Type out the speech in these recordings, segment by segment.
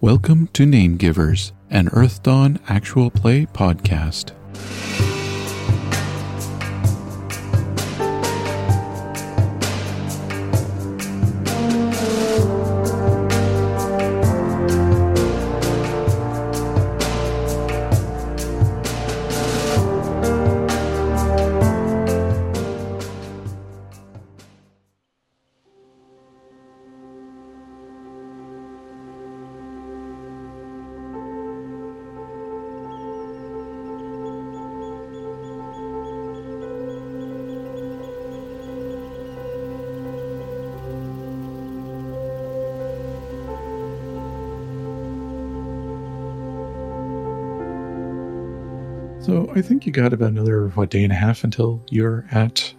Welcome to Name Givers, an Earth Dawn actual play podcast. So I think you got about another what day and a half until you're at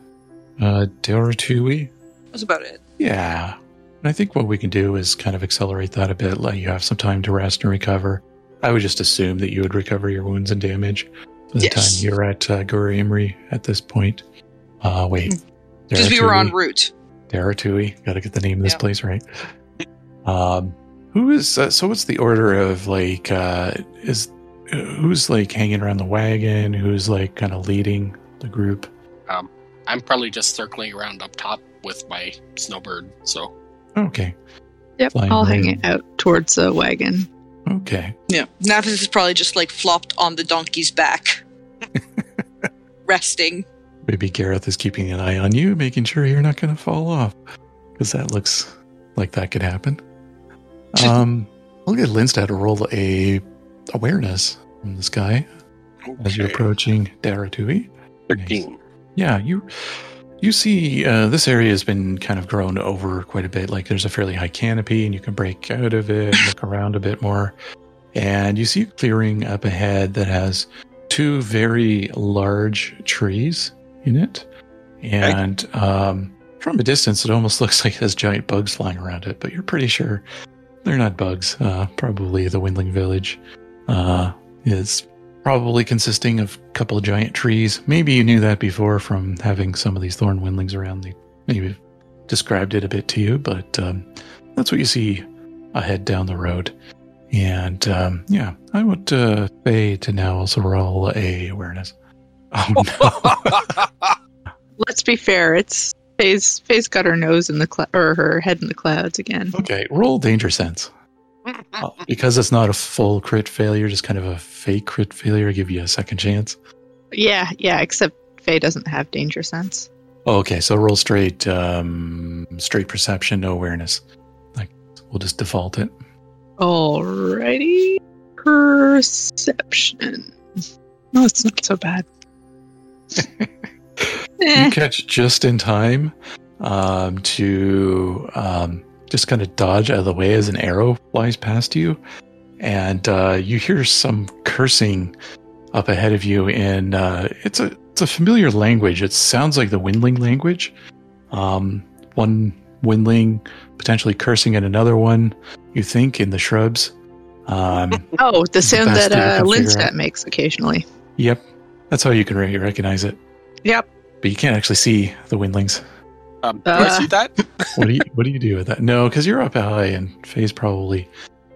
uh Daratui. That's about it. Yeah. And I think what we can do is kind of accelerate that a bit, let you have some time to rest and recover. I would just assume that you would recover your wounds and damage by the Yes. time you're at uh, Guri Imri at this point. Uh wait. Because Mm-hmm. we were Daratui. en route. Daratui. Got to get the name of this Yeah. place right. Um, who is uh, so? What's the order of like? Uh, is who's like hanging around the wagon? Who's like kind of leading the group? I'm probably just circling around up top with my snowbird. So Okay, Yep, Flying I'll around. hang it out towards the wagon. okay. Yeah. Nathis is probably just like flopped on the donkey's back, resting. Maybe Gareth is keeping an eye on you, making sure you're not going to fall off, because that looks like that could happen. Um, I'll get Lindstad to roll a awareness from this guy as you're approaching Daratui. thirteen. Yeah, you you see uh, this area has been kind of grown over quite a bit. Like there's a fairly high canopy, and you can break out of it, and look around a bit more, and you see a clearing up ahead that has two very large trees in it, and um, from a distance, it almost looks like there's giant bugs flying around it. But you're pretty sure they're not bugs. Uh, probably the Windling Village uh, is probably consisting of a couple of giant trees. Maybe you knew that before from having some of these thorn windlings around. They maybe described it a bit to you, but um, that's what you see ahead down the road. And um, yeah, I would uh, Faye to now also roll a awareness. Oh Let's be fair. It's Faye's, Faye's got her nose in the cl- or her head in the clouds again. no! okay, roll danger sense Ah. Uh, because it's not a full crit failure, just kind of a fake crit failure. Give you a second chance. Yeah, yeah. Except Faye doesn't have danger sense. Oh, Okay, so roll straight, um, straight perception, no awareness. Like we'll just default it. Alrighty. Perception. No, it's not so bad. You Eh, catch just in time um, to um, just kind of dodge out of the way as an arrow flies past you, and uh, you hear some cursing up ahead of you. And uh, it's a it's a familiar language. It sounds like the Windling language. Um, one Windling potentially cursing at another one. You think in the shrubs. Um, oh, the sound best that uh, that you can figure Linstat out. makes occasionally. yep, that's how you can re- recognize it. Yep. But you can't actually see the Windlings. Um, do I Uh. see that? what do you what do you do with that? No, because you're up high and Faye's probably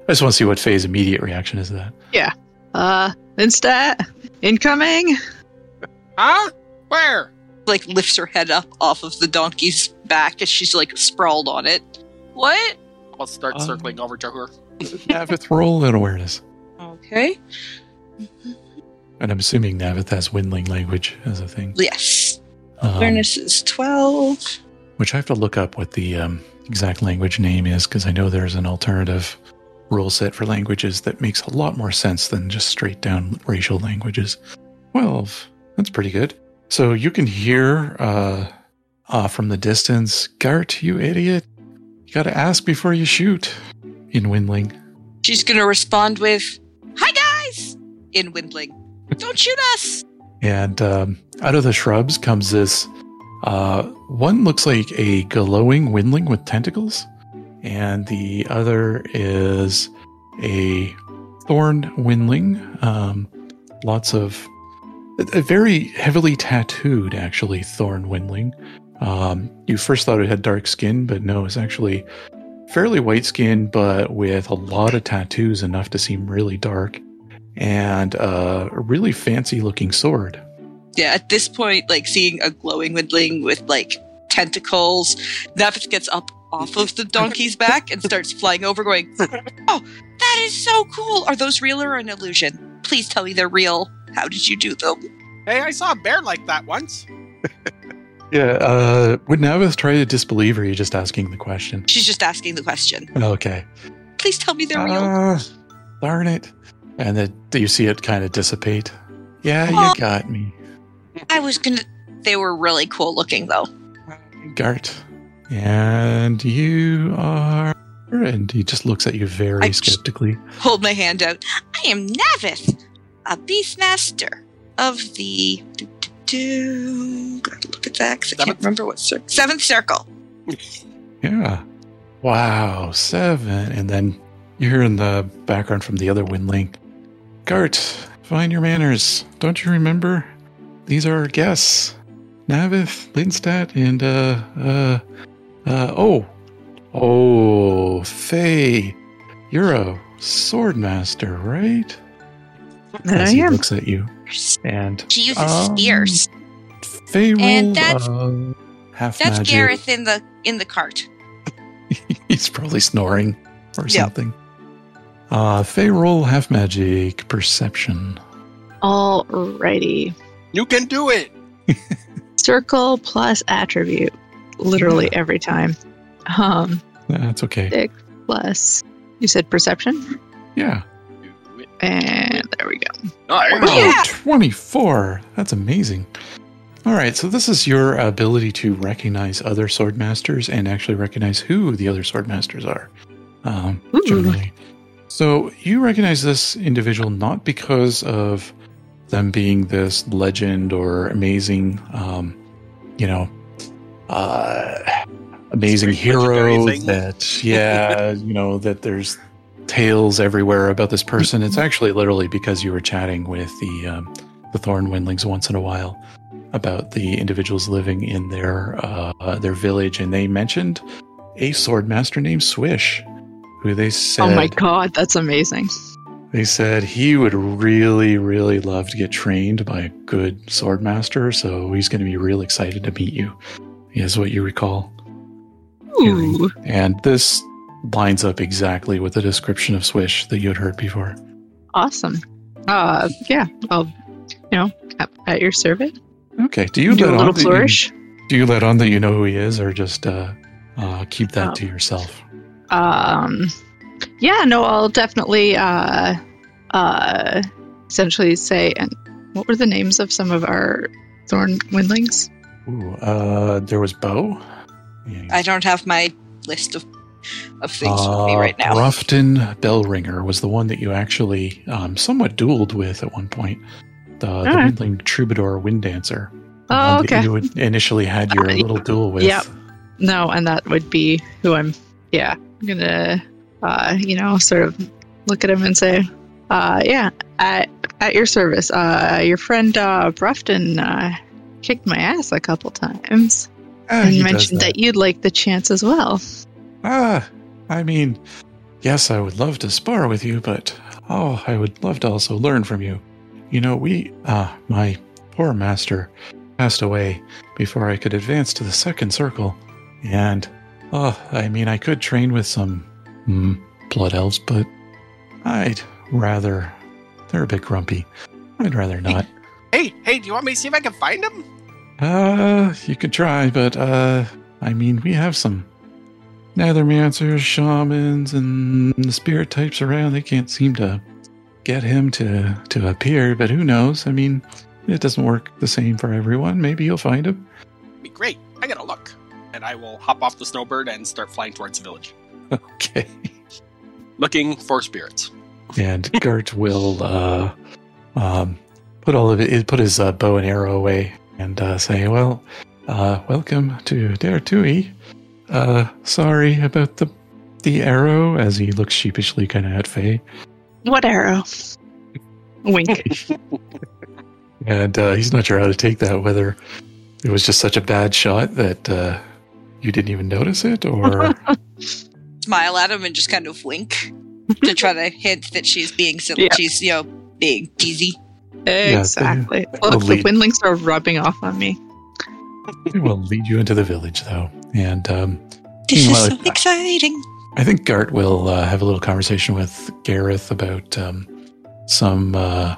I just want to see what Faye's immediate reaction is to that. Uh, Linstat, incoming. Huh? Where? Like lifts her head up off of the donkey's back as she's like sprawled on it. What? I'll start Um. circling over to her. Navith roll an awareness. Okay. And I'm assuming Navith has windling language as a thing. Yes. Um, Awareness is twelve. Which I have to look up what the um, exact language name is because I know there's an alternative rule set for languages that makes a lot more sense than just straight down racial languages. 12. That's pretty good. So you can hear uh, uh, from the distance, Gart, you idiot. You got to ask before you shoot in Windling. She's gonna respond with, "Hi guys!" in Windling. Don't shoot us. And um, out of the shrubs comes this uh, one looks like a glowing windling with tentacles, and the other is a thorn windling. Um, lots of a a very heavily tattooed, actually, thorn windling. Um, you first thought it had dark skin, but no, it's actually fairly white skinned, but with a lot of tattoos, enough to seem really dark, and uh, a really fancy looking sword. Yeah, at this point, like seeing a glowing windling with like tentacles, Navis gets up off of the donkey's back and starts flying over, going, Oh, that is so cool. Are those real or an illusion? Please tell me they're real. How did you do them? Hey, I saw a bear like that once. Yeah, uh, would Navith try to disbelieve, or are you just asking the question? She's just asking the question. Okay. Please tell me they're real. Ah, darn it. And then you see it kind of dissipate. Yeah, Oh. you got me. I was gonna. They were really cool looking, though. Gart. And you are. And he just looks at you very I just- skeptically. hold my hand out. I am Navith, a beastmaster of the. Do, do, do. Gotta look at that 'cause I can't Seventh? remember what circle. Seventh circle. Yeah. Wow, seven. And then you hear in the background from the other windling Gart, find your manners. Don't you remember? These are our guests Navith, Lindstad, and, uh, uh, uh, oh. Oh, Faye. You're a sword master, right? That As I he am. looks at you. And She uses Um, spears. Fey And rolled that's- uh, half That's magic. Gareth in the in the cart. He's probably snoring or Yeah. something. Uh, Fey roll half magic perception. Alrighty. You can do it. Circle plus attribute. Literally every time. Um, That's okay. plus, you said perception? Yeah. And there we go. Nice. Wow, Yeah. 24. That's amazing. All right, so this is your ability to recognize other sword masters and actually recognize who the other sword masters are. Um, Ooh. generally. So you recognize this individual not because of them being this legend or amazing, um, you know, uh, amazing Great legendary hero thing. that, yeah, you know, that there's tales everywhere about this person. It's actually literally because you were chatting with the, um, the Thorn Windlings once in a while about the individuals living in their uh, their village, and they mentioned a sword master named Swish, who they said Oh my god, that's amazing. they said he would really, really love to get trained by a good sword master, so he's going to be real excited to meet you, is what you recall. hearing. Ooh. And this lines up exactly with the description of Swish that you had heard before. Awesome. Uh, yeah, I'll, you know, at, at your service. Okay, do you do let on a little that you- flourish. do you let on that you know who he is, or just uh, uh, keep that Um, to yourself? Um, yeah, no, I'll definitely, uh, uh, essentially say, and what were the names of some of our thorn windlings? Ooh, uh, there was Bo. Yeah. I don't have my list of of things with me Uh, right now. Bluffton Bellringer was the one that you actually um, somewhat dueled with at one point. The, the right. windling troubadour wind dancer. the Oh, one that okay. You had initially had your Uh, little duel with. yep. No, and that would be who I'm. Yeah, I'm gonna, uh, you know, sort of look at him and say, uh, yeah, at, at your service. Uh, your friend uh, Brufton uh, kicked my ass a couple times Ah, and he does mentioned that. you'd like the chance as well. Ah, I mean, yes, I would love to spar with you, but oh, I would love to also learn from you. You know, we, ah, my poor master passed away before I could advance to the second circle. And, oh, I mean, I could train with some mm, blood elves, but I'd rather. They're a bit grumpy. I'd rather not. Hey, hey, do you want me to see if I can find him? Uh, you could try, but uh, I mean, we have some nethermancers, shamans, and the spirit types around. They can't seem to get him to to appear, but who knows? I mean, it doesn't work the same for everyone. Maybe you'll find him. Be great. I gotta look. And I will hop off the snowbird and start flying towards the village, Okay. looking for spirits. And Gert will uh, um, put all of it, put his uh, bow and arrow away, and uh, say, "Well, uh, welcome to Dare Tui. Uh, sorry about the the arrow." As he looks sheepishly kind of at Faye, What arrow? Wink. and uh, he's not sure how to take that. Whether it was just such a bad shot that uh, you didn't even notice it, or smile at him and just kind of wink to try to hint that she's being silly. Yeah. She's, you know, being teasy. Hmm, they- Exactly. will Look, the lead. windlings are rubbing off on me. It will lead you into the village, though. And um, This Meanwhile, is so it's- exciting. I think Gart will uh, have a little conversation with Gareth about um, some uh,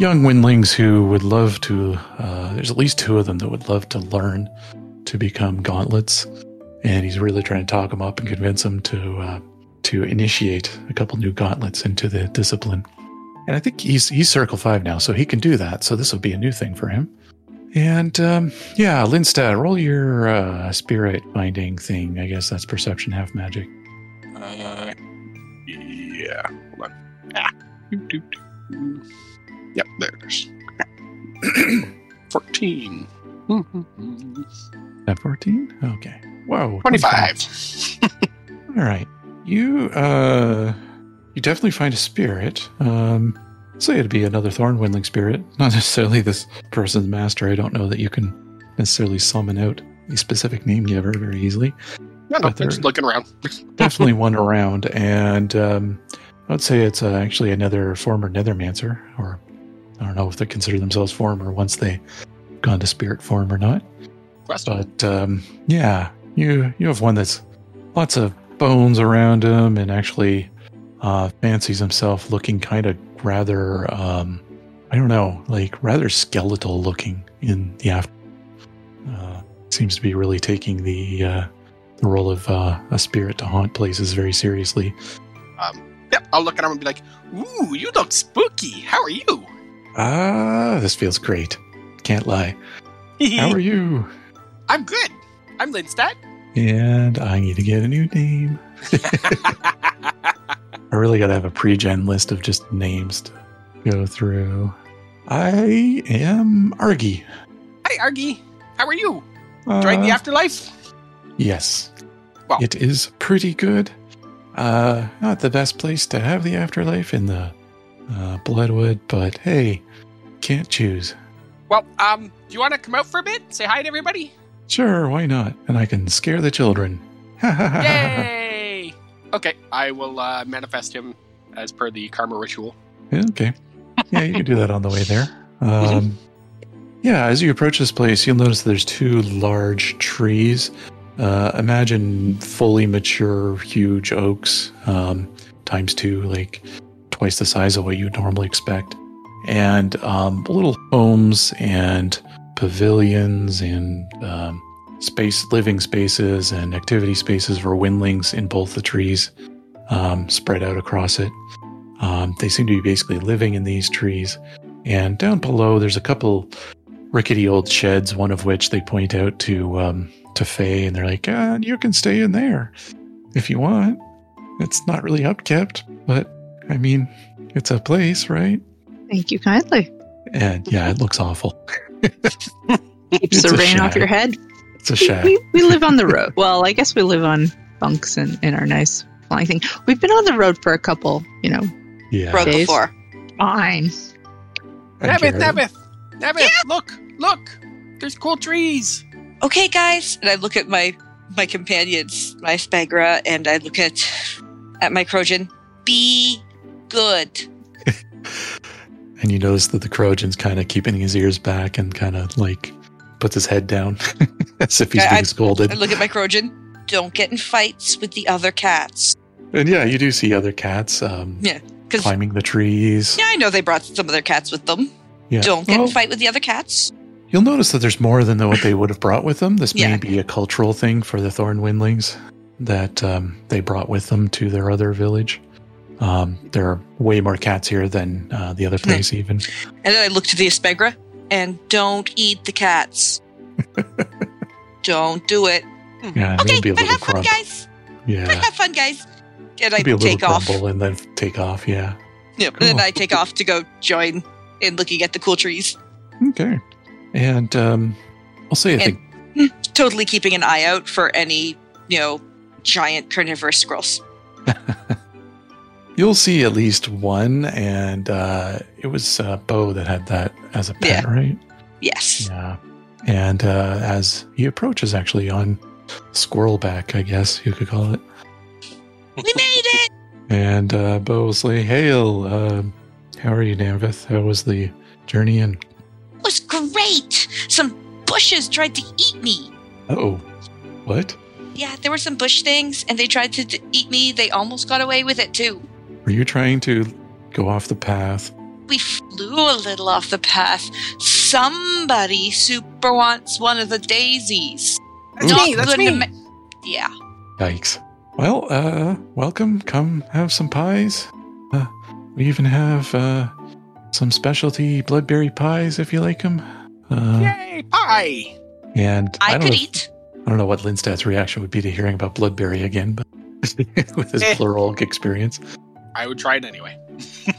young windlings who would love to. Uh, there's at least two of them that would love to learn to become gauntlets, and he's really trying to talk them up and convince them to uh, to initiate a couple new gauntlets into the discipline. And I think he's he's circle five now, so he can do that. So this will be a new thing for him. And um, yeah, Linstad, roll your uh, spirit finding thing. I guess that's perception, half magic. Uh, yeah. Hold on. Ah. Doot, doot, doot. Yep, there it is. 14. At 14? Okay. Whoa. 25. All right. You uh you definitely find a spirit. Um say it'd be another thorn windling spirit, not necessarily this person's master. I don't know that you can necessarily summon out a specific name giver very easily. No, no, But there- just looking around. definitely one around, and um, I would say it's uh, actually another former Nethermancer, or I don't know if they consider themselves former once they gone to spirit form or not. Question. But um, yeah, you you have one that's lots of bones around him, and actually uh, fancies himself looking kind of rather um, I don't know, like rather skeletal looking in the after. Uh, seems to be really taking the uh, the role of uh, a spirit to haunt places very seriously. Um, Yep, I'll look at him and be like, ooh, you look spooky. How are you? Ah, this feels great. Can't lie. How are you? I'm good. I'm Lindstat. And I need to get a new name. I really got to have a pre-gen list of just names to go through. I am Argy. Hi, Argy. How are you? Uh, Enjoying the afterlife? Yes. Wow. It is pretty good. Uh, not the best place to have the afterlife in the uh, Bloodwood, but hey, can't choose. Well, um, do you want to come out for a bit? Say hi to everybody? Sure, why not? And I can scare the children. yeah. Yay! Okay, I will uh, manifest him as per the karma ritual. Okay. Yeah, you can do that on the way there. Um, yeah, as you approach this place, you'll notice there's two large trees. Uh, imagine fully mature, huge oaks, um, times two, like twice the size of what you'd normally expect. And um, little homes and pavilions and um, space, living spaces and activity spaces for windlings in both the trees um, spread out across it. Um, they seem to be basically living in these trees. And down below, there's a couple rickety old sheds. One of which they point out to um, to Faye, and they're like, uh, "You can stay in there if you want. It's not really upkept, but I mean, it's a place, right?" Thank you kindly. And yeah, it looks awful. Keeps It's the a rain off shame. your head. It's a shack. We, we live on the road. Well, I guess we live on bunks and in our nice flying thing. We've been on the road for a couple, you know, Yeah. Broke Days. before. fine. Nevith, Jared. Nevith, Nevith, look, look. There's cool trees. Okay, guys. And I look at my my companions, my Spagra, and I look at at my Crojan. Be good. And you notice that the Crojan's kind of keeping his ears back and kind of like puts his head down as if he's I- being I- scolded. I look at my Crojan. Don't get in fights with the other cats. and yeah, you do see other cats um, Yeah, 'cause- climbing the trees. Yeah, I know they brought some of their cats with them. Yeah. Don't get Well, in fight with the other cats. You'll notice that there's more than what they would have brought with them. This Yeah. may be a cultural thing for the Thorn Windlings that um, they brought with them to their other village. Um, there are way more cats here than uh, the other place, even. And then I look to the Aspegra and don't eat the cats. don't do it. Yeah, and Okay, you'll be a but little have fun, crumb. guys. But Yeah, have fun, guys. And I be a little take off. crumble and then take off. Yeah. Yep. Cool. And I take off to go join in looking at the cool trees. Okay. And um, I'll say I And- think Totally keeping an eye out for any, you know, giant carnivorous squirrels. You'll see at least one, and uh, it was uh, Bo that had that as a pet, right? Yes. Yeah. And uh, as he approaches, actually on squirrel back, I guess you could call it, We made it! And uh, Bosley, hail. Uh, how are you, Danvith? How was the journey in? It was great! Some bushes tried to eat me. Oh, what? Yeah, there were some bush things, and they tried to d- eat me. They almost got away with it, too. Were you trying to go off the path? We flew a little off the path. Somebody super wants one of the daisies. That's Not me. That's good me. to ma- yeah. Yikes. Well, uh, welcome. Come have some pies. Uh, we even have uh, some specialty bloodberry pies if you like them. Uh, Yay, pie! And I, I, don't could know, eat. I don't know what Lindstad's reaction would be to hearing about bloodberry again, but with his Eh. plural experience. I would try it anyway. I,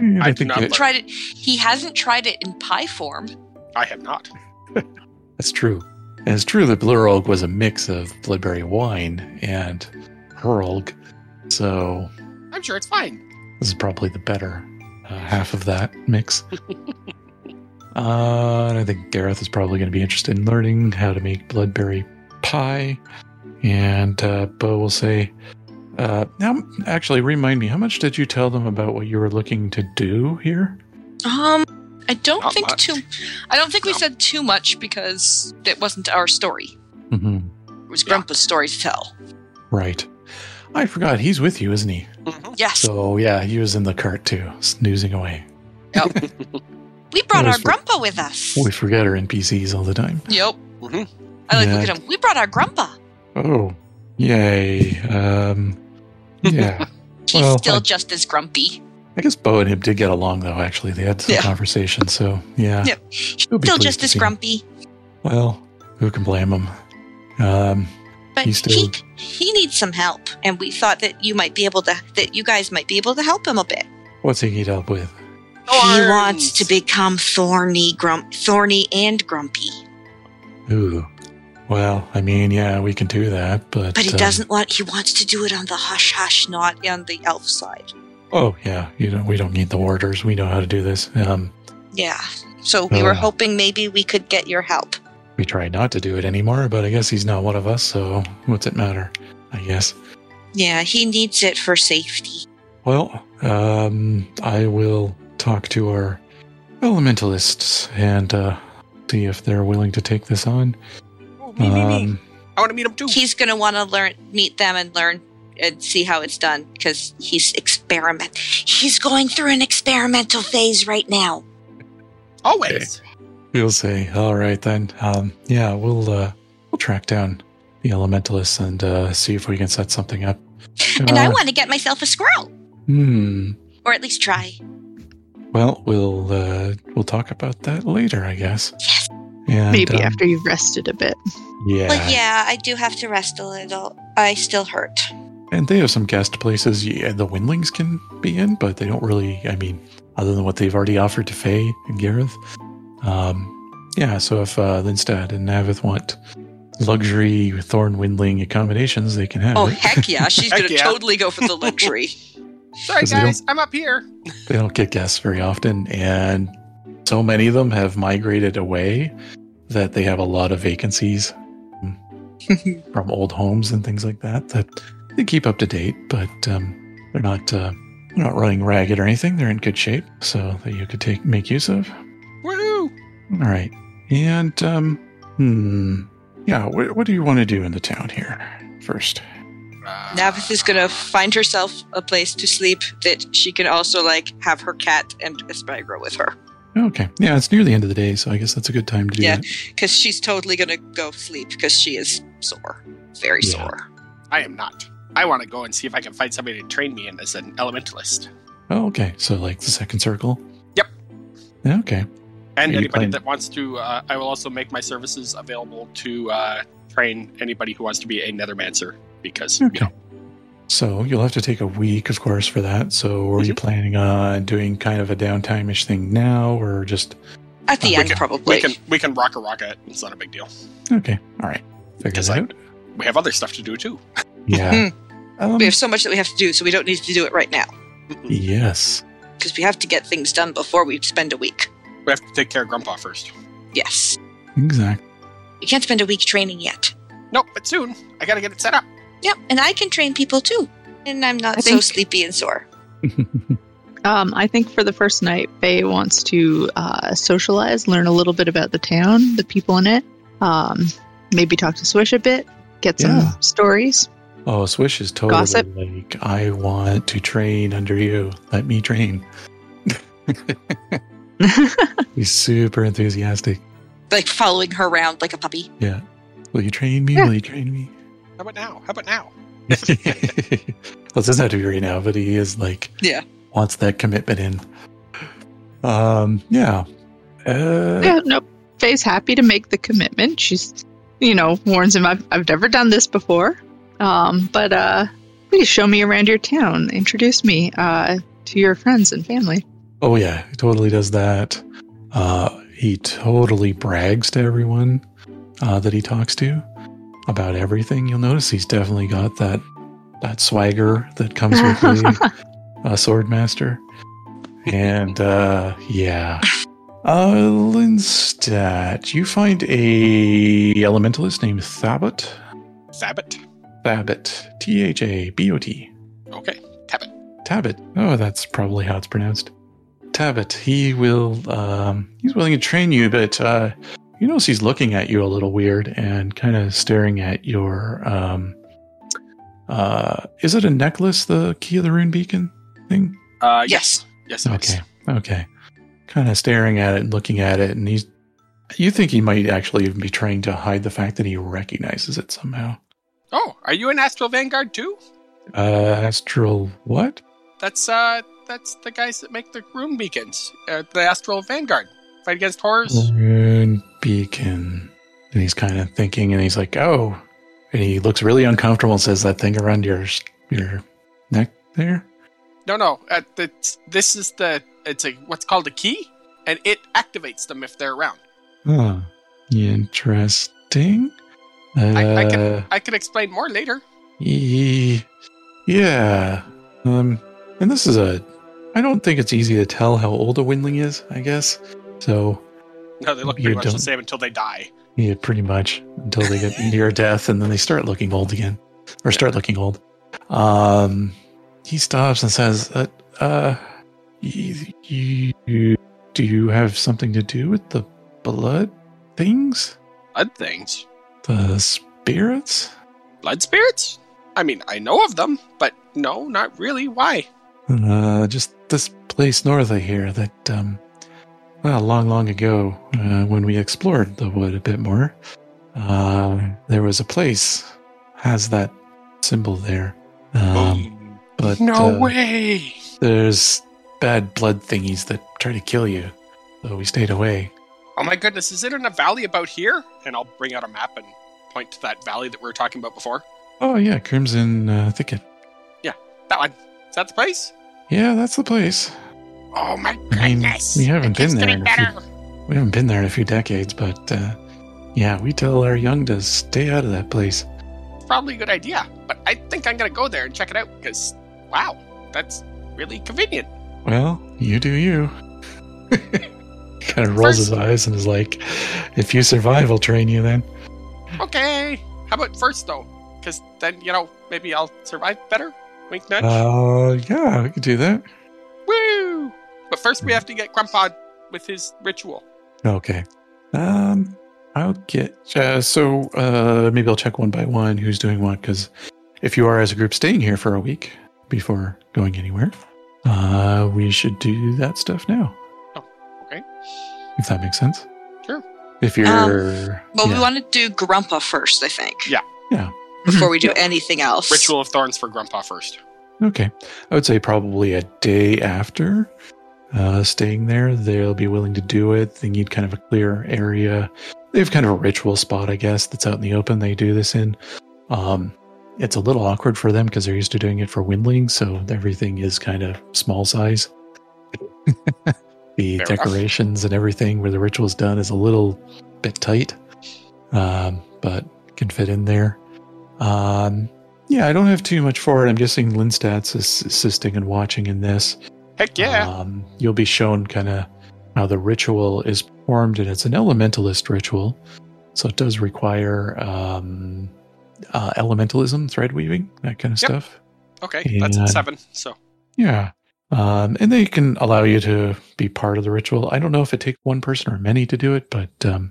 I do think not it- like- Tried it. He hasn't tried it in pie form. I have not. that's true. And it's true that Blur Oak was a mix of bloodberry wine and Hurlg. So I'm sure it's fine. This is probably the better uh, half of that mix. uh, and I think Dareth is probably going to be interested in learning how to make bloodberry pie. And uh, Bo will say, uh, "Now, actually, remind me, how much did you tell them about what you were looking to do here?" Um, I don't Not think much. too. I don't think we No. said too much because it wasn't our story. Mm-hmm. It was Yeah. Grumpa's story to tell. Right. I forgot he's with you, isn't he? Mhm. Yes, So yeah, he was in the cart too, snoozing away. we that brought our was for- Grumpa with us. We forget our NPCs all the time. Yep. Mhm. I like Mm-hmm. Yeah. look at him. We brought our Grumpa. Oh, yay! Um, yeah. She's Well, still I- just as grumpy. I guess Bo and him did get along though. Actually, they had some Yeah. conversation. So yeah, Yep. He'll be Still pleased just to as see him. grumpy. Well, who can blame him? Um, But He still- he he needs some help, and we thought that you might be able to that you guys might be able to help him a bit. what's he need help with? He Thorns. wants to become thorny, grump, thorny and grumpy, Ooh. Well, I mean, yeah, we can do that, but but he um, doesn't want. He wants to do it on the hush hush, not on the elf side. Oh yeah, you know, we don't need the warders. We know how to do this. Um, Yeah. So we were Uh. hoping maybe we could get your help. we try not to do it anymore, but I guess he's not one of us. So what's it matter? I guess. Yeah, he needs it for safety. Well, um, I will talk to our elementalists and uh, see if they're willing to take this on. Ooh, me, me, me. Um, I want to meet him too. He's going to want to learn meet them and learn and see how it's done cuz he's experiment. He's going through an experimental phase right now. Always. We'll say, all right then. Um, yeah, we'll uh, we'll track down the elementalists and uh, see if we can set something up. And I Uh, want to get myself a squirrel Hmm. or at least try. Well, we'll uh, we'll talk about that later, I guess. Yes. And, Maybe um, after you've rested a bit. Yeah. But yeah, I do have to rest a little. I still hurt. And they have some guest places yeah, the Windlings can be in, but they don't really, I mean, other than what they've already offered to Faye and Gareth. Um, yeah, so if uh, Lindstad and Navith want luxury Thorn Windling accommodations, they can have Oh it. heck yeah, she's Heck going to yeah. totally go for the luxury. Sorry, 'Cause they don't- guys. I'm up here. they don't get guests very often, and so many of them have migrated away that they have a lot of vacancies from old homes and things like that that they keep up to date, but um, they're not uh, they're not running ragged or anything. They're in good shape, so that you could take make use of. Woo! All right, and um, hmm, yeah. What, what do you want to do in the town here first? Uh, Navith is gonna find herself a place to sleep that she can also like have her cat and Aspagro with her Okay, yeah, it's near the end of the day, so I guess that's a good time to do Yeah. that. because she's totally gonna go sleep because she is sore, very Yeah. sore. I am not. I want to go and see if I can find somebody to train me in as an elementalist. Oh, okay, so like the second circle. Yep. Yeah, Okay. And Are you anybody planning- that wants to, uh, I will also make my services available to uh, train anybody who wants to be a nethermancer because you Okay. know, So you'll have to take a week, of course, for that. So were you planning on doing kind of a downtime ish thing now, or just At the We end, can- probably. we can we can rock a rocket. It's not a big deal. okay? All right, figure Just it like- out. We have other stuff to do too. Yeah. um, We have so much that we have to do, so we don't need to do it right now we yes. because we have to get things done before we spend a week. have to take care of Grumpa first. Yes, Exactly. we can't spend a week training yet. Nope, but soon. I gotta get it set up. Yep, and I can train people too. and I'm not I so think- sleepy and sore. Um, I think for the first night, Faye wants to uh, socialize, learn a little bit about the town, the people in it, um, maybe talk to Swish a bit, get some Yeah. stories. Oh, Swish is totally Gossip. like, I want to train under you. Let me train. He's super enthusiastic. Like following her around like a puppy. Yeah. Will you train me? Yeah. Will you train me? How about now? How about now? well, it doesn't have to be right now, but he is like, Yeah. wants that commitment in. Um, yeah. Uh, yeah, nope. Faye's happy to make the commitment. She's, you know, warns him, I've, I've never done this before. Um, but uh, please show me around your town. Introduce me uh, to your friends and family. Oh yeah, he totally does that. Uh, he totally brags to everyone uh, that he talks to about everything. You'll notice he's definitely got that that swagger that comes with being a sword master. And uh, yeah, uh, Linstat, you find a elementalist named Thabit. Sabbat. Thabit, T H A B O T. Okay. Tabit. Oh, that's probably how it's pronounced. Tabit. He will. Um, he's willing to train you, but uh, you notice he's looking at you a little weird and kind of staring at your. Um, uh, is it a necklace? The key of the rune beacon thing. Uh, Yes. Yes. it is. Okay. Okay. Kind of staring at it and looking at it, and he's. You think he might actually even be trying to hide the fact that he recognizes it somehow. Oh, are you an Astral Vanguard too? Uh, astral what? That's uh, that's the guys that make the room beacons. Uh, the Astral Vanguard fight against Mm. horrors. Rune beacon. And he's kind of thinking, and he's like, "Oh," and he looks really uncomfortable and says, "That thing around your your neck there." No, no. Uh, that's, this is the it's a what's called a key, and it activates them if they're around. Huh. Interesting. I, I Uh, can I can explain more later. Ye- Yeah. Um, and this is a. I don't think it's easy to tell how old a windling is. I guess so. No, they look You pretty much the don't- same until they die. Yeah, pretty much until they get near death, and then they start looking old again, or start looking old. Um, he stops and says, "Uh, uh you, you, do you have something to do with the blood things, Blood things, the spirits?" blood spirits. I mean, I know of them, but no, not really. Why? Uh, just this place north of here that, um, well, long, long ago, uh, when we explored the wood a bit more, uh, there was a place has that symbol there. Um, Boom. but Oh, no uh, way. there's bad blood thingies that try to kill you, so we stayed away. Oh my goodness, is it in a valley about here? And I'll bring out a map and point to that valley that we were talking about before. Oh yeah, Crimson uh, Thicket. That one. Is that the place? Yeah, that's the place. Oh my I mean, goodness. we haven't It keeps been there getting in a few- better. We haven't been there in a few decades, but uh, yeah, we tell our young to stay out of that place. Probably a good idea, but I think I'm gonna go there and check it out because wow, that's really convenient. Well, you do you. kind of rolls his eyes and is like, if you survive, I'll train you then. Okay. How about first though? Because then you know maybe I'll survive better. Wink nudge. Uh, yeah, we could do that. Woo! But first we have to get Grumpod with his ritual. Okay. Um, I'll get, uh, so, uh, maybe I'll check one by one who's doing what, because if you are as a group staying here for a week before going anywhere, uh, we should do that stuff now. Oh, okay. If that makes sense. Sure. If you're, Well, yeah. we want to do Grumpa first, I think. Yeah. Yeah. Before we do anything else. Ritual of Thorns for Grumpa first. Okay. I would say probably a day after uh, staying there, they'll be willing to do it. They need kind of a clear area. They have kind of a ritual spot, I guess, that's out in the open they do this in. Um, it's a little awkward for them because they're used to doing it for windlings, so everything is kind of small size. the enough. decorations and everything where the ritual is done is a little bit tight, um, but can fit in there. Um, yeah, I don't have too much for it. I'm guessing Linstat's is assisting and watching in this. Heck yeah. Um, you'll be shown kind of how the ritual is performed, and it's an elementalist ritual. So it does require um, uh, elementalism, thread weaving, that kind of Yep. stuff. Okay, that's Yeah. a seven. So Yeah. Um, and they can allow you to be part of the ritual. I don't know if it takes one person or many to do it, but um,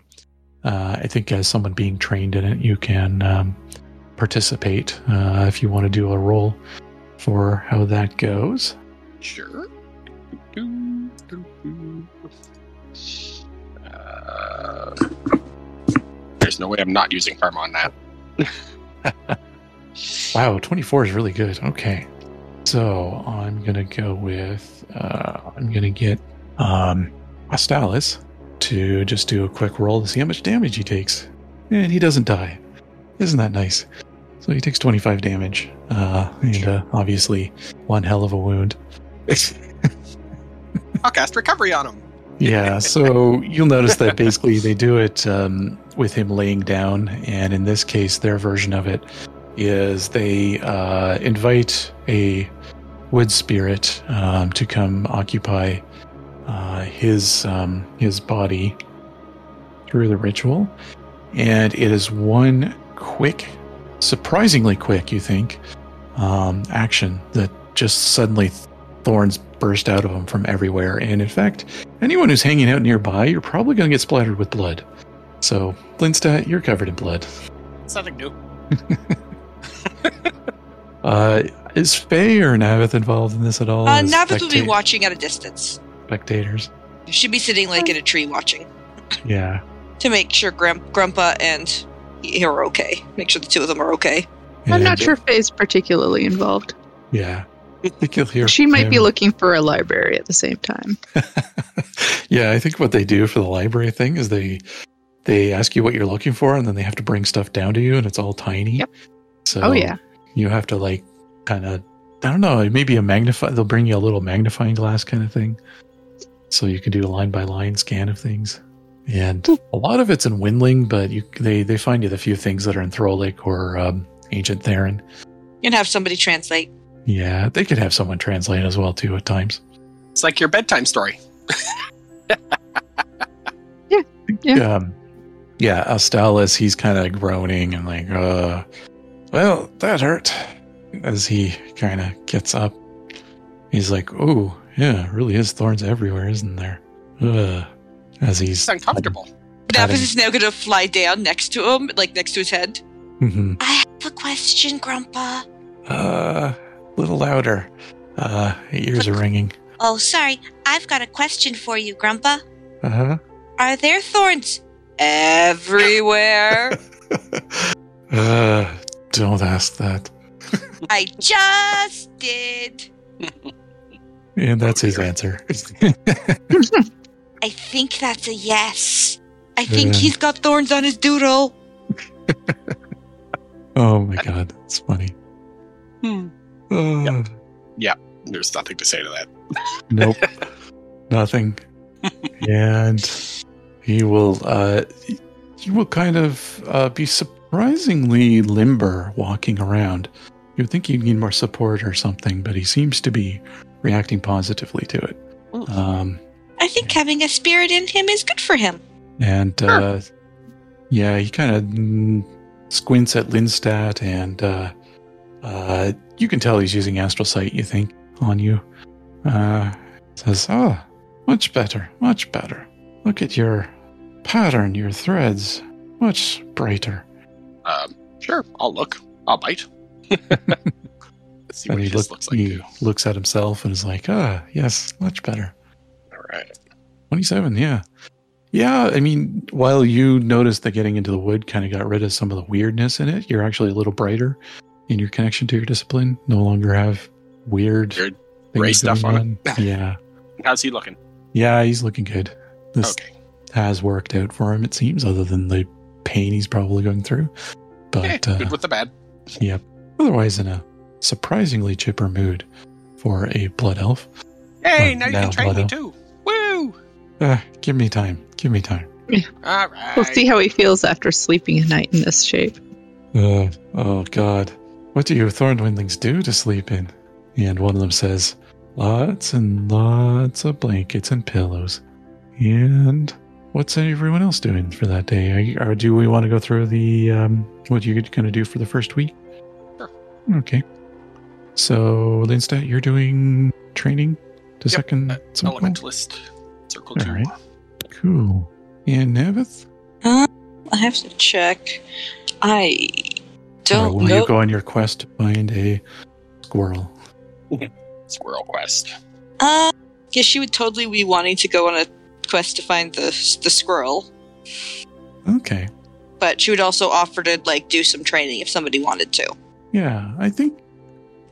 uh, I think as someone being trained in it, you can um, participate uh, if you want to do a roll for how that goes. sure. Uh, there's no way I'm not using karma on that. Wow, 24 is really good. Okay. So I'm going to go with, uh, I'm going to get um, Hostalis to just do a quick roll to see how much damage he takes. And he doesn't die. Isn't that nice? So he takes 25 damage. Uh, and uh, obviously, one hell of a wound. I'll cast recovery on him. yeah so you'll notice that basically they do it um, with him laying down and in this case their version of it is they uh, invite a wood spirit um, to come occupy uh, his um, his body through the ritual and it is one quick surprisingly quick you think um, action that just suddenly thorns burst out of him from everywhere and in fact Anyone who's hanging out nearby, you're probably going to get splattered with blood. So, Linstat, you're covered in blood. It's nothing new. Uh, is Faye or Navith involved in this at all? Uh, as Navith will be specta- watching at a distance. Spectators. You should be sitting like in a tree watching Yeah. to make sure Grump- Grumpa and he are okay. Make sure the two of them are okay. I'm And- not sure if Faye's particularly involved. Yeah. I think you'll hear She might be him. looking for a library at the same time. yeah, I think what they do for the library thing is they they ask you what you're looking for, and then they have to bring stuff down to you, and it's all tiny. Yep. So Oh, yeah. you have to like kind of I don't know, maybe a magnify. They'll bring you a little magnifying glass kind of thing, so you can do a line by line scan of things. And a lot of it's in Windling, but you they they find you the few things that are in Throlic or um, Ancient Theron. And have somebody translate. Yeah, they could have someone translate as well too at times. It's like your bedtime story. Yeah. um, yeah, Astalis, he's kind of groaning and like, uh, well, that hurt. As he kind of gets up, he's like, oh, yeah, really is thorns everywhere, isn't there? Ugh. As he's It's uncomfortable. Patting. Navith is now going to fly down next to him, like next to his head. Mhm. I have a question, Grumpa. uh, a little louder. Uh, ears are ringing. Oh, sorry. I've got a question for you, Grumpa. Uh huh. Are there thorns everywhere? Uh, don't ask that. I just did. And that's his dear. answer. I think that's a yes. I think Yeah. he's got thorns on his doodle. oh my god, that's funny. Hmm. Uh, There's nothing to say to that. Nope. Nothing. and he will uh he will kind of uh, be surprisingly limber walking around. You'd think he'd need more support or something, but he seems to be reacting positively to it. Hmm. Um I think having a spirit in him is good for him. and uh yeah, he kind of mm, squints at Linstat and uh uh you can tell he's using astral sight, you think, on you. Uh, says, ah, much better, much better. Look at your pattern, your threads, much brighter. Um, sure, I'll look. I'll bite. Let's see what And his look- looks like. he looks at himself and is like, ah, yes, much better. All right. 27, yeah. Yeah, I mean, while you notice that getting into the wood kind of got rid of some of the weirdness in it, you're actually a little brighter in your connection to your discipline. No longer have weird, Weird gray stuff going on it. yeah. How's he looking? Yeah, he's looking good. This Okay. has worked out for him, it seems, other than the pain he's probably going through. Eh, But uh, good with the bad. otherwise, in a surprisingly chipper mood for a blood elf. Hey, uh, now you now can train me Blotto. too. Woo! Uh, give me time. Give me time. All right. We'll see how he feels after sleeping a night in this shape. Uh, oh, God. What do you thornwindlings do to sleep in? And one of them says, Lots and lots of blankets and pillows. And what's everyone else doing for that day? Are you, or do we want to go through the um, what you're going to do for the first week? Sure. Okay. So, Linstat, you're doing training to Yep, second Uh, circle? Elementalist. Circle All two. right. Cool. And Navith? I have to check. I or don't will know. you go on your quest to find a squirrel? Squirrel quest. Uh, yeah, she would totally be wanting to go on a quest to find the the squirrel, Okay. but she would also offer to like do some training if somebody wanted to. Yeah, I think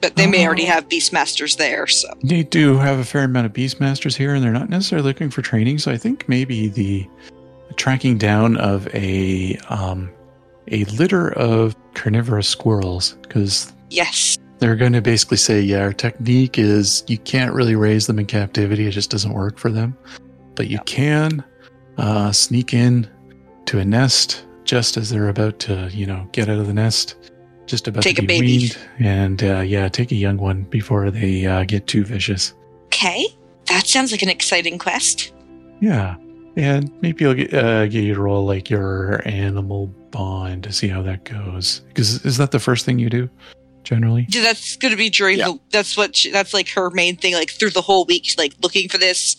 But they may Oh. already have beastmasters there, so They do have a fair amount of beastmasters here, and they're not necessarily looking for training. So I think maybe the tracking down of a um, a litter of carnivorous squirrels, because yes, they're going to basically say, yeah, our technique is you can't really raise them in captivity; it just doesn't work for them. But you can uh, sneak in to a nest just as they're about to, you know, get out of the nest, just about Take to a be baby. weaned, and uh, yeah, take a young one before they uh, get too vicious. okay, that sounds like an exciting quest. Yeah, and maybe I'll get, uh, get you to roll like your animal bond to see how that goes. Because is that the first thing you do generally? Dude, that's gonna be during Yeah. the. That's what she, that's like her main thing. Like through the whole week, she's like looking for this,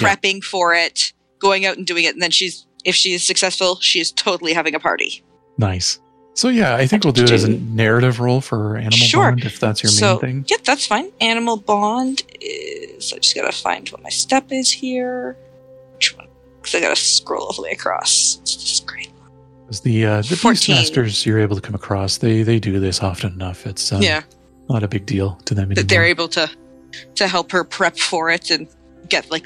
Yeah. prepping for it, going out and doing it, and then she's if she is successful, she is totally having a party. Nice. So yeah, I think we'll do it as a narrative role for animal Sure. bond if that's your so, main thing. Yep, that's fine. Animal bond is. I just gotta find what my step is here. Which one? Because I gotta scroll all the way across. It's just great. 'Cause The uh, the 14. beastmasters you're able to come across, they they do this often enough. It's um, yeah, not a big deal to them anymore. that they're able to to help her prep for it and get like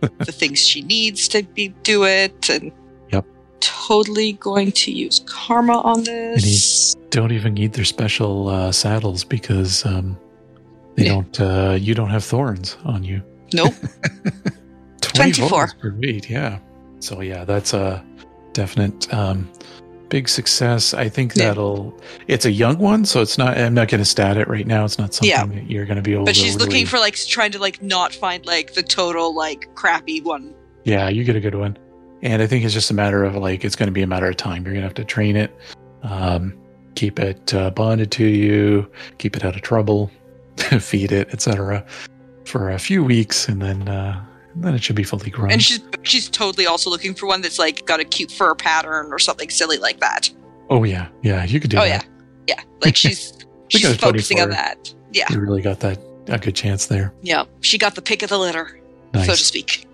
the things she needs to be do it and. Yep. Totally going to use karma on this. Don't even need their special uh, saddles because um, they Yeah. don't. Uh, you don't have thorns on you. Nope. 20 24. rolls per read, yeah. So yeah, that's a definite um, big success. I think Yeah. that'll. It's a young one, so it's not. I'm not going to stat it right now. It's not something Yeah. that you're going to be able. But to she's really- looking for like trying to like not find like the total like crappy one. Yeah, you get a good one, and I think it's just a matter of like it's going to be a matter of time. You're going to have to train it, um, keep it uh, bonded to you, keep it out of trouble, feed it, etc. For a few weeks, and then uh, then it should be fully grown. And she's she's totally also looking for one that's like got a cute fur pattern or something silly like that. oh yeah, yeah, you could do oh that. yeah, yeah. Like she's got she's a focusing on 24. that. Yeah, You really got that a good chance there. yeah. She got the pick of the litter, Nice. so to speak.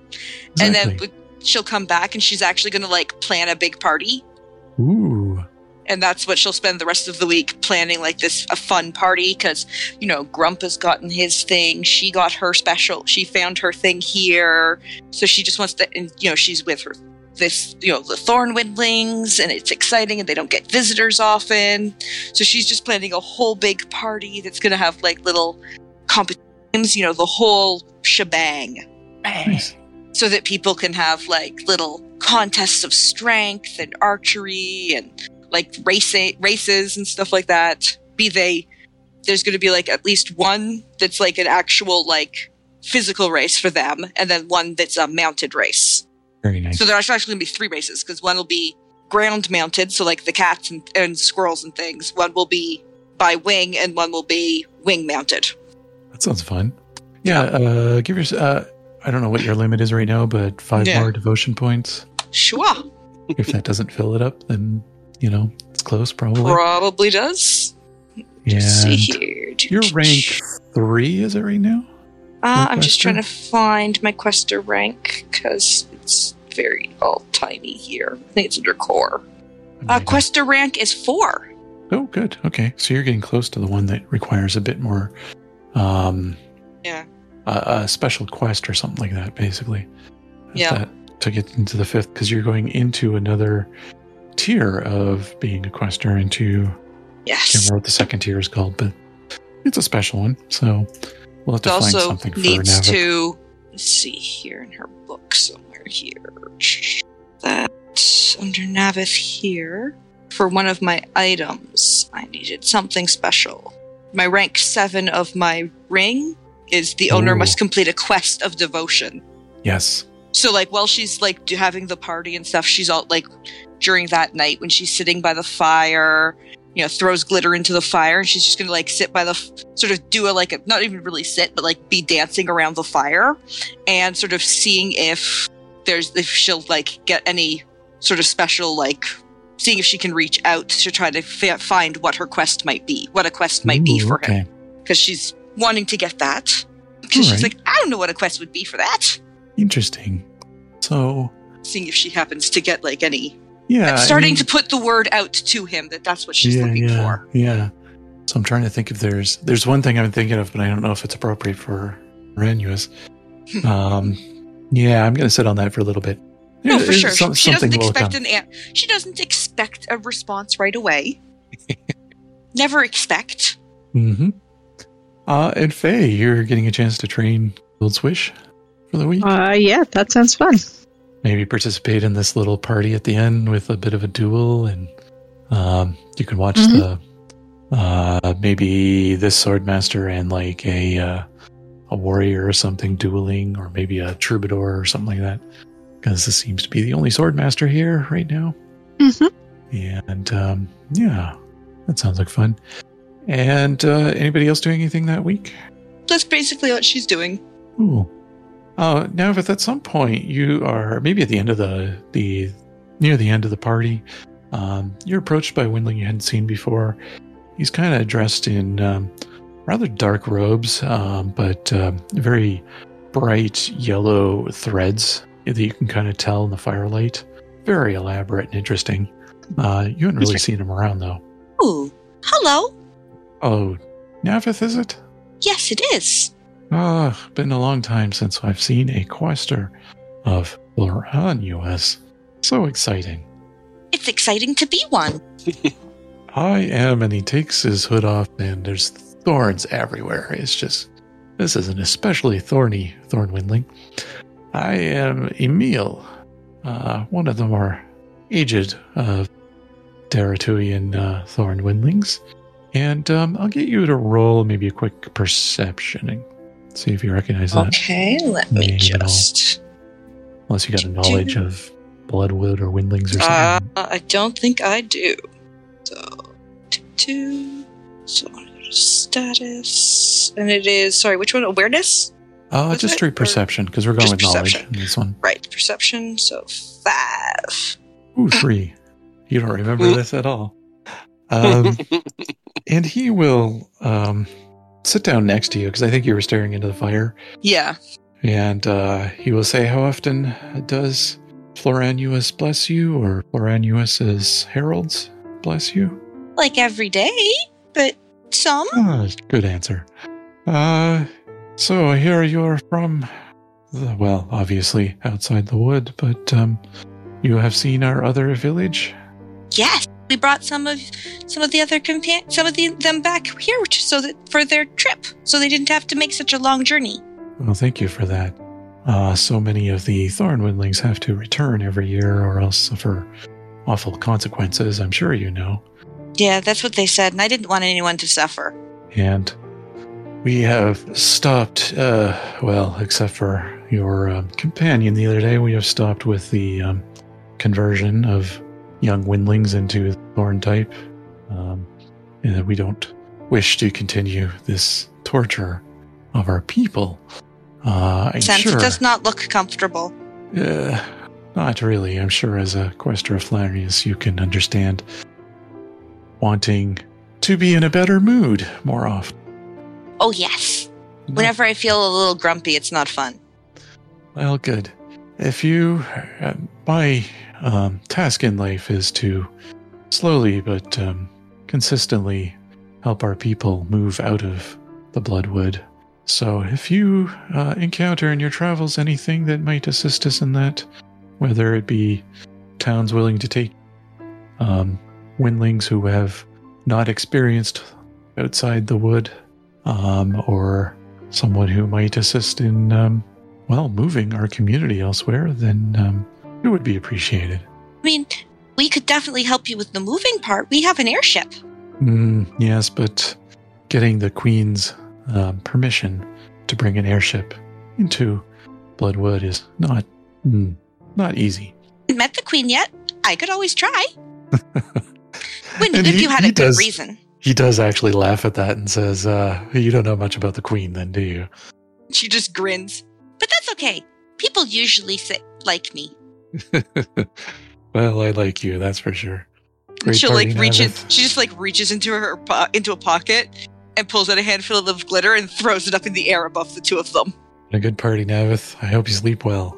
And then Exactly. w- she'll come back and she's actually going to like plan a big party, ooh, and that's what she'll spend the rest of the week planning like this a fun party because you know Grump has gotten his thing, she got her special, she found her thing here, so she just wants to, and you know she's with her this you know the thorn windlings and it's exciting and they don't get visitors often so she's just planning a whole big party that's going to have like little competitions you know the whole shebang nice. so that people can have like little contests of strength and archery and like race races and stuff like that. Be they there's going to be like at least one that's like an actual like physical race for them, and then one that's a mounted race. very nice. So there's actually going to be three races because one will be ground mounted, so like the cats and, and squirrels and things. One will be by wing, and one will be wing mounted. that sounds fun. Yeah, uh, give your. Uh, I don't know what your limit is right now, but five Yeah. more devotion points. Sure, if that doesn't fill it up, then you know it's close probably. probably does. and Just see here. you're rank three, is it right now? Uh, Your I'm quester? just trying to find my quester rank because it's very all tiny here. I think it's under core. Uh, Amazing. quester rank is four. Oh, good. Okay, so you're getting close to the one that requires a bit more. Um, Yeah. A, a special quest or something like that, basically. Yeah. That, to get into the fifth, because you're going into another tier of being a quester into I can't Yes. remember what the second tier is called, but it's a special one. So we'll have It to find also something for needs Navik. to. Let's see here in her book somewhere here. That's under Navith here. For one of my items, I needed something special. My rank seven of my ring is the owner Ooh. must complete a quest of devotion. Yes. So like while she's like do, having the party and stuff, she's all like during that night when she's sitting by the fire you know, throws glitter into the fire, and she's just gonna like sit by the f- sort of do a like a not even really sit, but like be dancing around the fire, and sort of seeing if there's if she'll like get any sort of special like seeing if she can reach out to try to f- find what her quest might be, what a quest might be Ooh, for her, okay. because she's wanting to get that. Because she's Alright. like, I don't know what a quest would be for that. Interesting. So Seeing if she happens to get like any yeah, I'm Uh, I starting mean- to put the word out to him that that's what she's looking yeah, for. Yeah. So I'm trying to think if there's there's one thing I'm thinking of, but I don't know if it's appropriate for Renus. Hmm. um, yeah, I'm gonna sit on that for a little bit. No, There- for sure. some- she doesn't something will expect come. an an She doesn't expect a response right away. Never expect. Mhm. Uh, and Faye, you're getting a chance to train Gold Swish for the week. Uh, yeah, that sounds fun. Maybe participate in this little party at the end with a bit of a duel, and um, you can watch the uh, maybe this swordmaster and like a uh, a warrior or something dueling, or maybe a troubadour or something like that. Because this seems to be the only swordmaster here right now. Mhm. And um, yeah, that sounds like fun. And uh, anybody else doing anything that week? That's basically what she's doing. Ooh. Uh, now, if at some point you are maybe at the end of the the near the end of the party, um, you're approached by a Windling you hadn't seen before. He's kind of dressed in um, rather dark robes, um, but um, very bright yellow threads that you can kind of tell in the firelight. Very elaborate and interesting. Uh, you haven't really seen him around though. Ooh. Hello. Oh, Navith, is it? Yes, it is. Ah, been a long time since I've seen a quester of Loran US. So exciting. It's exciting to be one. I am, and he takes his hood off, and there's thorns everywhere. It's just, this is an especially thorny thorn windling. I am Emil, uh, one of the more aged of Daratuian uh, thorn windlings. And um, I'll get you to roll maybe a quick perception and see if you recognize that. Okay, let me just- Unless you got a Do- knowledge of bloodwood or windlings or something. Uh, I don't think I do. So, two, two. So, I'm gonna go to status. And it is, sorry, which one? Awareness? uh, was just it? through Or- perception, because we're going Just with knowledge perception. in this one. Right, perception. So five. Ooh, three. You don't remember this at all. Um, and he will um, sit down next to you, because I think you were staring into the fire. Yeah. And uh, he will say, How often does Floranuus bless you, or Floranuus's heralds bless you? Like every day, but some. Ah, good answer. Uh, so here you're from, the, well, obviously outside the wood, but um, you have seen our other village. Yes, we brought some of some of the other compa- some of the, them back here to- so that for their trip, so they didn't have to make such a long journey. Well, thank you for that. Uh, so many of the thorn windlings have to return every year, or else suffer awful consequences. I'm sure you know. Yeah, that's what they said, and I didn't want anyone to suffer. And we have stopped, uh, well, except for your um, companion the other day, we have stopped with the um, conversion of young windlings into thorn type. Um, and that we don't wish to continue this torture of our people. Uh, I'm Since sure. it does not look comfortable. Uh, not really. I'm sure as a quester of Flanrius, you can understand wanting to be in a better mood more often. Oh yes. Whenever I feel a little grumpy, it's not fun. Well, good. If you, uh, my um, task in life is to slowly but um, consistently help our people move out of the Bloodwood. So, if you uh, encounter in your travels anything that might assist us in that, whether it be towns willing to take um, windlings who have not experienced outside the wood, um, or someone who might assist in um, well, moving our community elsewhere, then um, it would be appreciated. I mean, we could definitely help you with the moving part. We have an airship. Mm, yes, but getting the Queen's um permission to bring an airship into Bloodwood is not mm, not easy. Met the queen yet? I could always try. And Wouldn't if he- you had he a good does- reason. He does actually laugh at that and says, uh, You don't know much about the queen, then, do you? She just grins. But that's okay. People usually say, like me. well, I like you, that's for sure. And Great she'll party like to reach in. have at- She just like reaches into her po- into a pocket and pulls out a handful of glitter and throws it up in the air above the two of them. A good party, Navith. I hope you sleep well.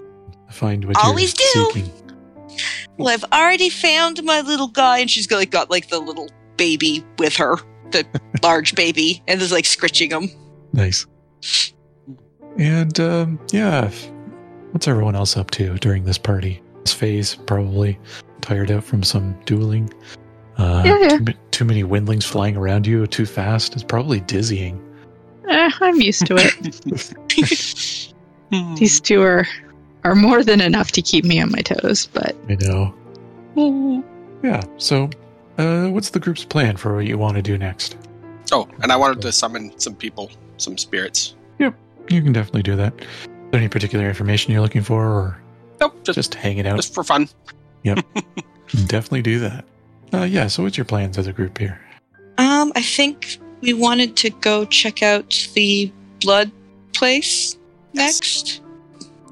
Find what Always do. you're seeking. Well, Well, I've already found my little guy, and she's got like got like the little baby with her, the large baby, and is like scritching him. Nice. And um, yeah, f- what's everyone else up to during this party? This phase probably tired out from some dueling. Uh, Yeah, yeah. Too, ma- too many windlings flying around you too fast. It's probably dizzying. Eh, I'm used to it. These two are are more than enough to keep me on my toes, but I know. Yeah. So, uh, what's the group's plan for what you want to do next? Oh, and I wanted to summon some people, some spirits. You can definitely do that. Is there any particular information you're looking for, or Nope, just, just, just hanging out? for fun. Definitely do that. Uh, yeah. So, what's your plans as a group here? Um, I think we wanted to go check out the blood place Yes. next.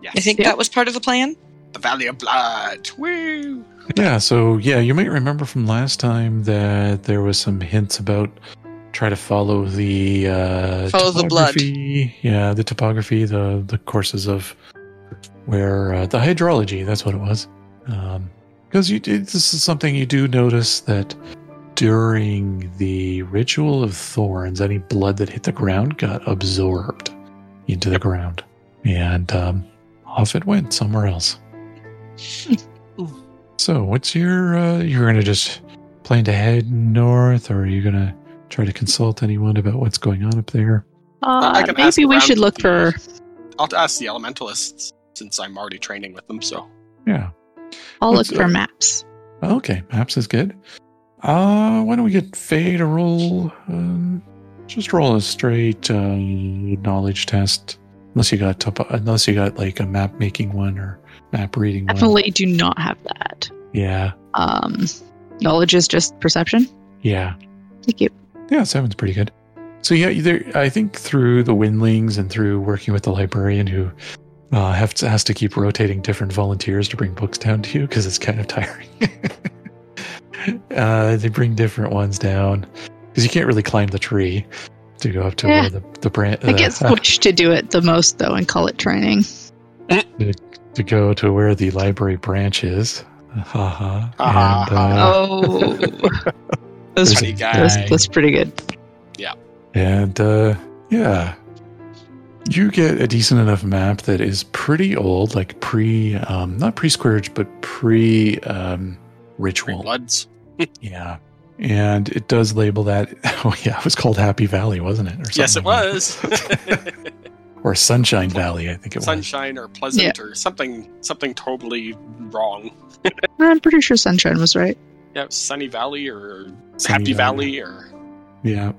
Yes. I think Yep. that was part of the plan. the Valley of Blood. Woo! Yeah, so yeah, you might remember from last time that there was some hints about try to follow the uh, Follow the blood. topography- Yeah, the topography, the the courses of where uh, the hydrology. That's what it was. Because you did this is something you do notice that during the ritual of thorns, any blood that hit the ground got absorbed into the ground, and um, off it went somewhere else. So, what's your? Uh, you're gonna just plan to head north, or are you gonna try to consult anyone about what's going on up there? uh, can ask maybe we around should look for. the- I'll ask the elementalists since I'm already training with them. So Yeah. I'll look What's for up? maps. Okay, maps is good. Uh, why don't we get Faye to roll? Um, just roll a straight uh, knowledge test, unless you got topo- unless you got like a map making one or map reading one. Definitely do not have that. Yeah, Um, knowledge is just perception. yeah. Thank you. Yeah, seven's pretty good. So yeah, there, I think through the windlings and through working with the librarian who uh, have to, has to keep rotating different volunteers to bring books down to you because it's kind of tiring. uh, they bring different ones down because you can't really climb the tree to go up to Yeah. where the the uh, branch I get Squish to do it the most though, and call it training. to go to where the library branch is. Ha ha. Ah, And, ha, uh, Oh, that's, there's a funny guy. that's, guy. that's pretty good. And uh, yeah, you get a decent enough map that is pretty old, like pre, um, not pre scourge, but pre um, Three ritual. Bloods. Yeah. And it does label that. Oh, yeah. It was called Happy Valley, wasn't it? Or something Yes, it like that. was. Or Sunshine Valley, I think it was. Sunshine or pleasant or something, something totally wrong. I'm pretty sure Sunshine was right. Yeah, Sunny Valley or Sunny Happy Valley. Valley, or Yeah.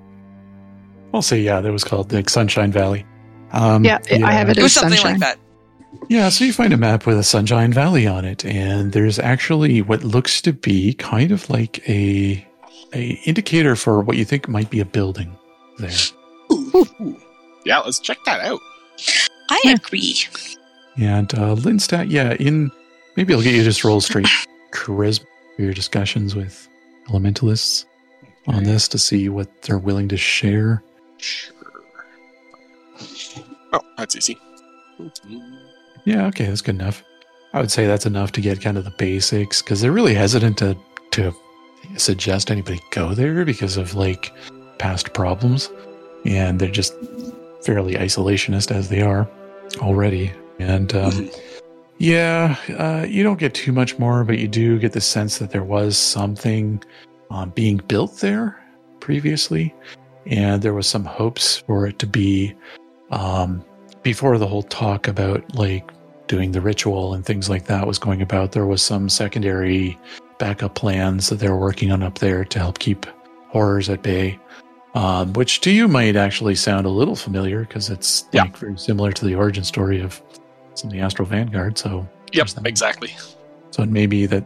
I'll say, yeah, that was called like Sunshine Valley. Um, Yeah, I- I have it It as was something like Sunshine. that. Yeah, so you find a map with a Sunshine Valley on it, and there's actually what looks to be kind of like a a indicator for what you think might be a building there. yeah, let's check that out. I Yeah. agree. And uh, Linstat, yeah, in maybe I'll get you to just roll straight charisma for your discussions with elementalists on this to see what they're willing to share. Sure. Oh, that's easy. Yeah, okay, that's good enough. I would say that's enough to get kind of the basics because they're really hesitant to to suggest anybody go there because of like past problems, and they're just fairly isolationist as they are already. And um, yeah, uh, you don't get too much more, but you do get the sense that there was something um, being built there previously, and there was some hopes for it to be um, before the whole talk about like doing the ritual and things like that was going about, there was some secondary backup plans that they were working on up there to help keep horrors at bay. Um, which to you might actually sound a little familiar because it's Yeah. like very similar to the origin story of some of the Astral Vanguard. So Yep, exactly. so it may be that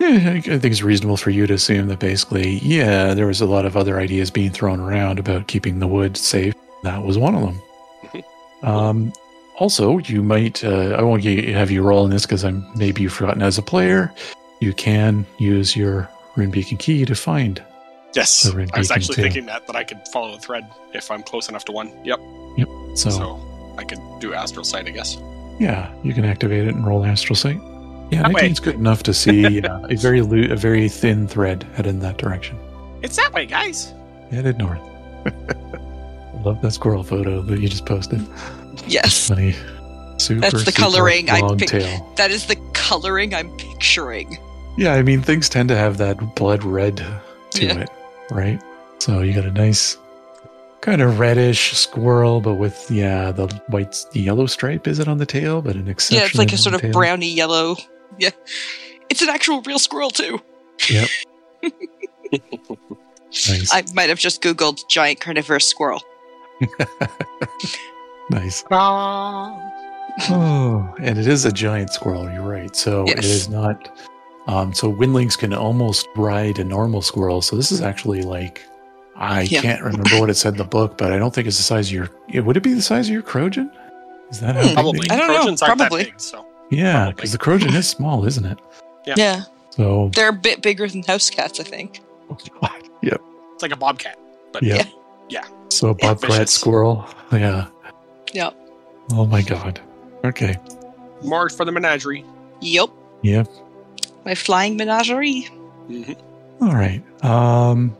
Yeah, I think it's reasonable for you to assume that basically, yeah, there was a lot of other ideas being thrown around about keeping the wood safe. That was one of them. um, also, you might, uh, I won't ge- have you roll in this because I'm maybe you've forgotten as a player, you can use your Rune Beacon key to find. Yes, The red I was beacon, actually too. thinking that that I could follow a thread if I'm close enough to one. Yep. So, So I could do astral sight, I guess. yeah, you can activate it and roll Astral Sight. Yeah, That that way. game's good enough to see uh, a very loo- a very thin thread head in that direction. It's that way, guys. Headed north. Love that squirrel photo that you just posted. Yes. Funny. Super, That's the super coloring I long pic- tail. That is the coloring I'm picturing. Yeah, I mean things tend to have that blood red to Yeah. it, right? So you got a nice kind of reddish squirrel, but with yeah the white the yellow stripe is it on the tail? But an exceptional Yeah, it's like a sort of tail. browny yellow. Yeah. It's an actual real squirrel, too. Nice, I might have just Googled giant carnivorous squirrel. nice. Oh, and it is a giant squirrel. You're right. So it Yes. is not. Um, so windlings can almost ride a normal squirrel. So this is actually like I Yeah. can't remember what it said in the book, but I don't think it's the size of your. it- Would it be the size of your crojan? Is that how Hmm. big Probably. They, I don't know, Trojans aren't probably. that big, so yeah, Probably. because the crojan is small, isn't it? Yeah. So They're a bit bigger than house cats, I think. it's like a bobcat. But yeah, Yeah. So a Yeah, bobcat vicious. squirrel. Yeah. Yeah. Oh my god. Okay. more for the menagerie. Yep. Yep. My flying menagerie. hmm All right. Um,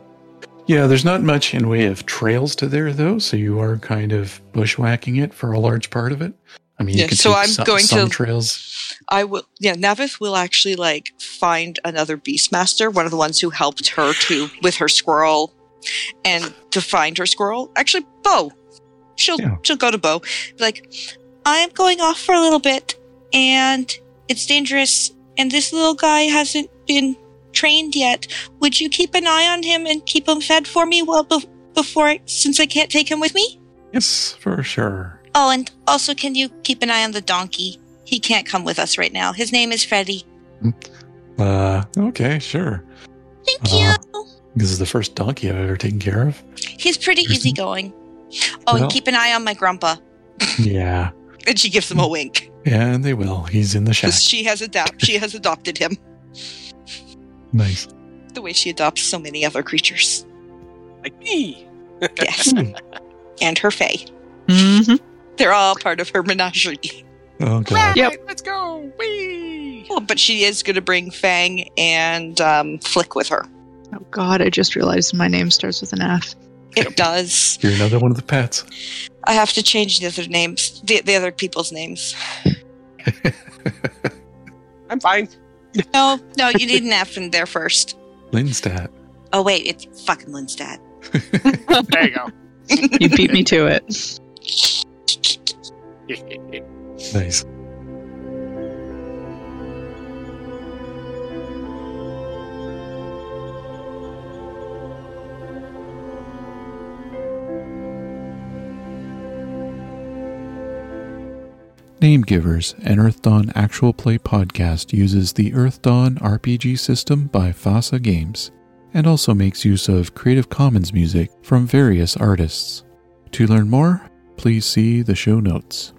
yeah, there's not much in way of trails to there though, so you are kind of bushwhacking it for a large part of it. I mean, Yeah, you can so take I'm some, going some to- trails. I will. Yeah, Navith will actually like find another Beastmaster, one of the ones who helped her to with her squirrel, and to find her squirrel. Actually, Bo. She'll Yeah. she'll go to Bo. Be like, I'm going off for a little bit, and it's dangerous. And this little guy hasn't been trained yet. Would you keep an eye on him and keep him fed for me well bef before I- since I can't take him with me? Yes, for sure. Oh, and also, can you keep an eye on the donkey? He can't come with us right now. His name is Freddy. Uh, okay, sure. Thank Uh, you. This is the first donkey I've ever taken care of. He's pretty mhm. easygoing. Oh, Well- and keep an eye on my grandpa. yeah, And she gives him a wink and they will. He's in the shack. because she has adop- she has adopted him. Nice. the way she adopts so many other creatures. Like me. Yes, and her fae. Mm-hmm. They're all part of her menagerie. Oh god. Yep. Let's go. Whee! Well, but she is going to bring Fang and um, Flick with her. Oh God, I just realized my name starts with an F. It does. You're another one of the pets. I have to change the other names, the, the other people's names. I'm fine. No, no, you need an F in there first. Linstat. Oh, wait, it's fucking Lindstad. There you go. You beat me to it. Nice. Name Givers, an Earth Dawn actual play podcast, uses the Earth Dawn RPG system by FASA Games and also makes use of Creative Commons music from various artists. To learn more, please see the show notes.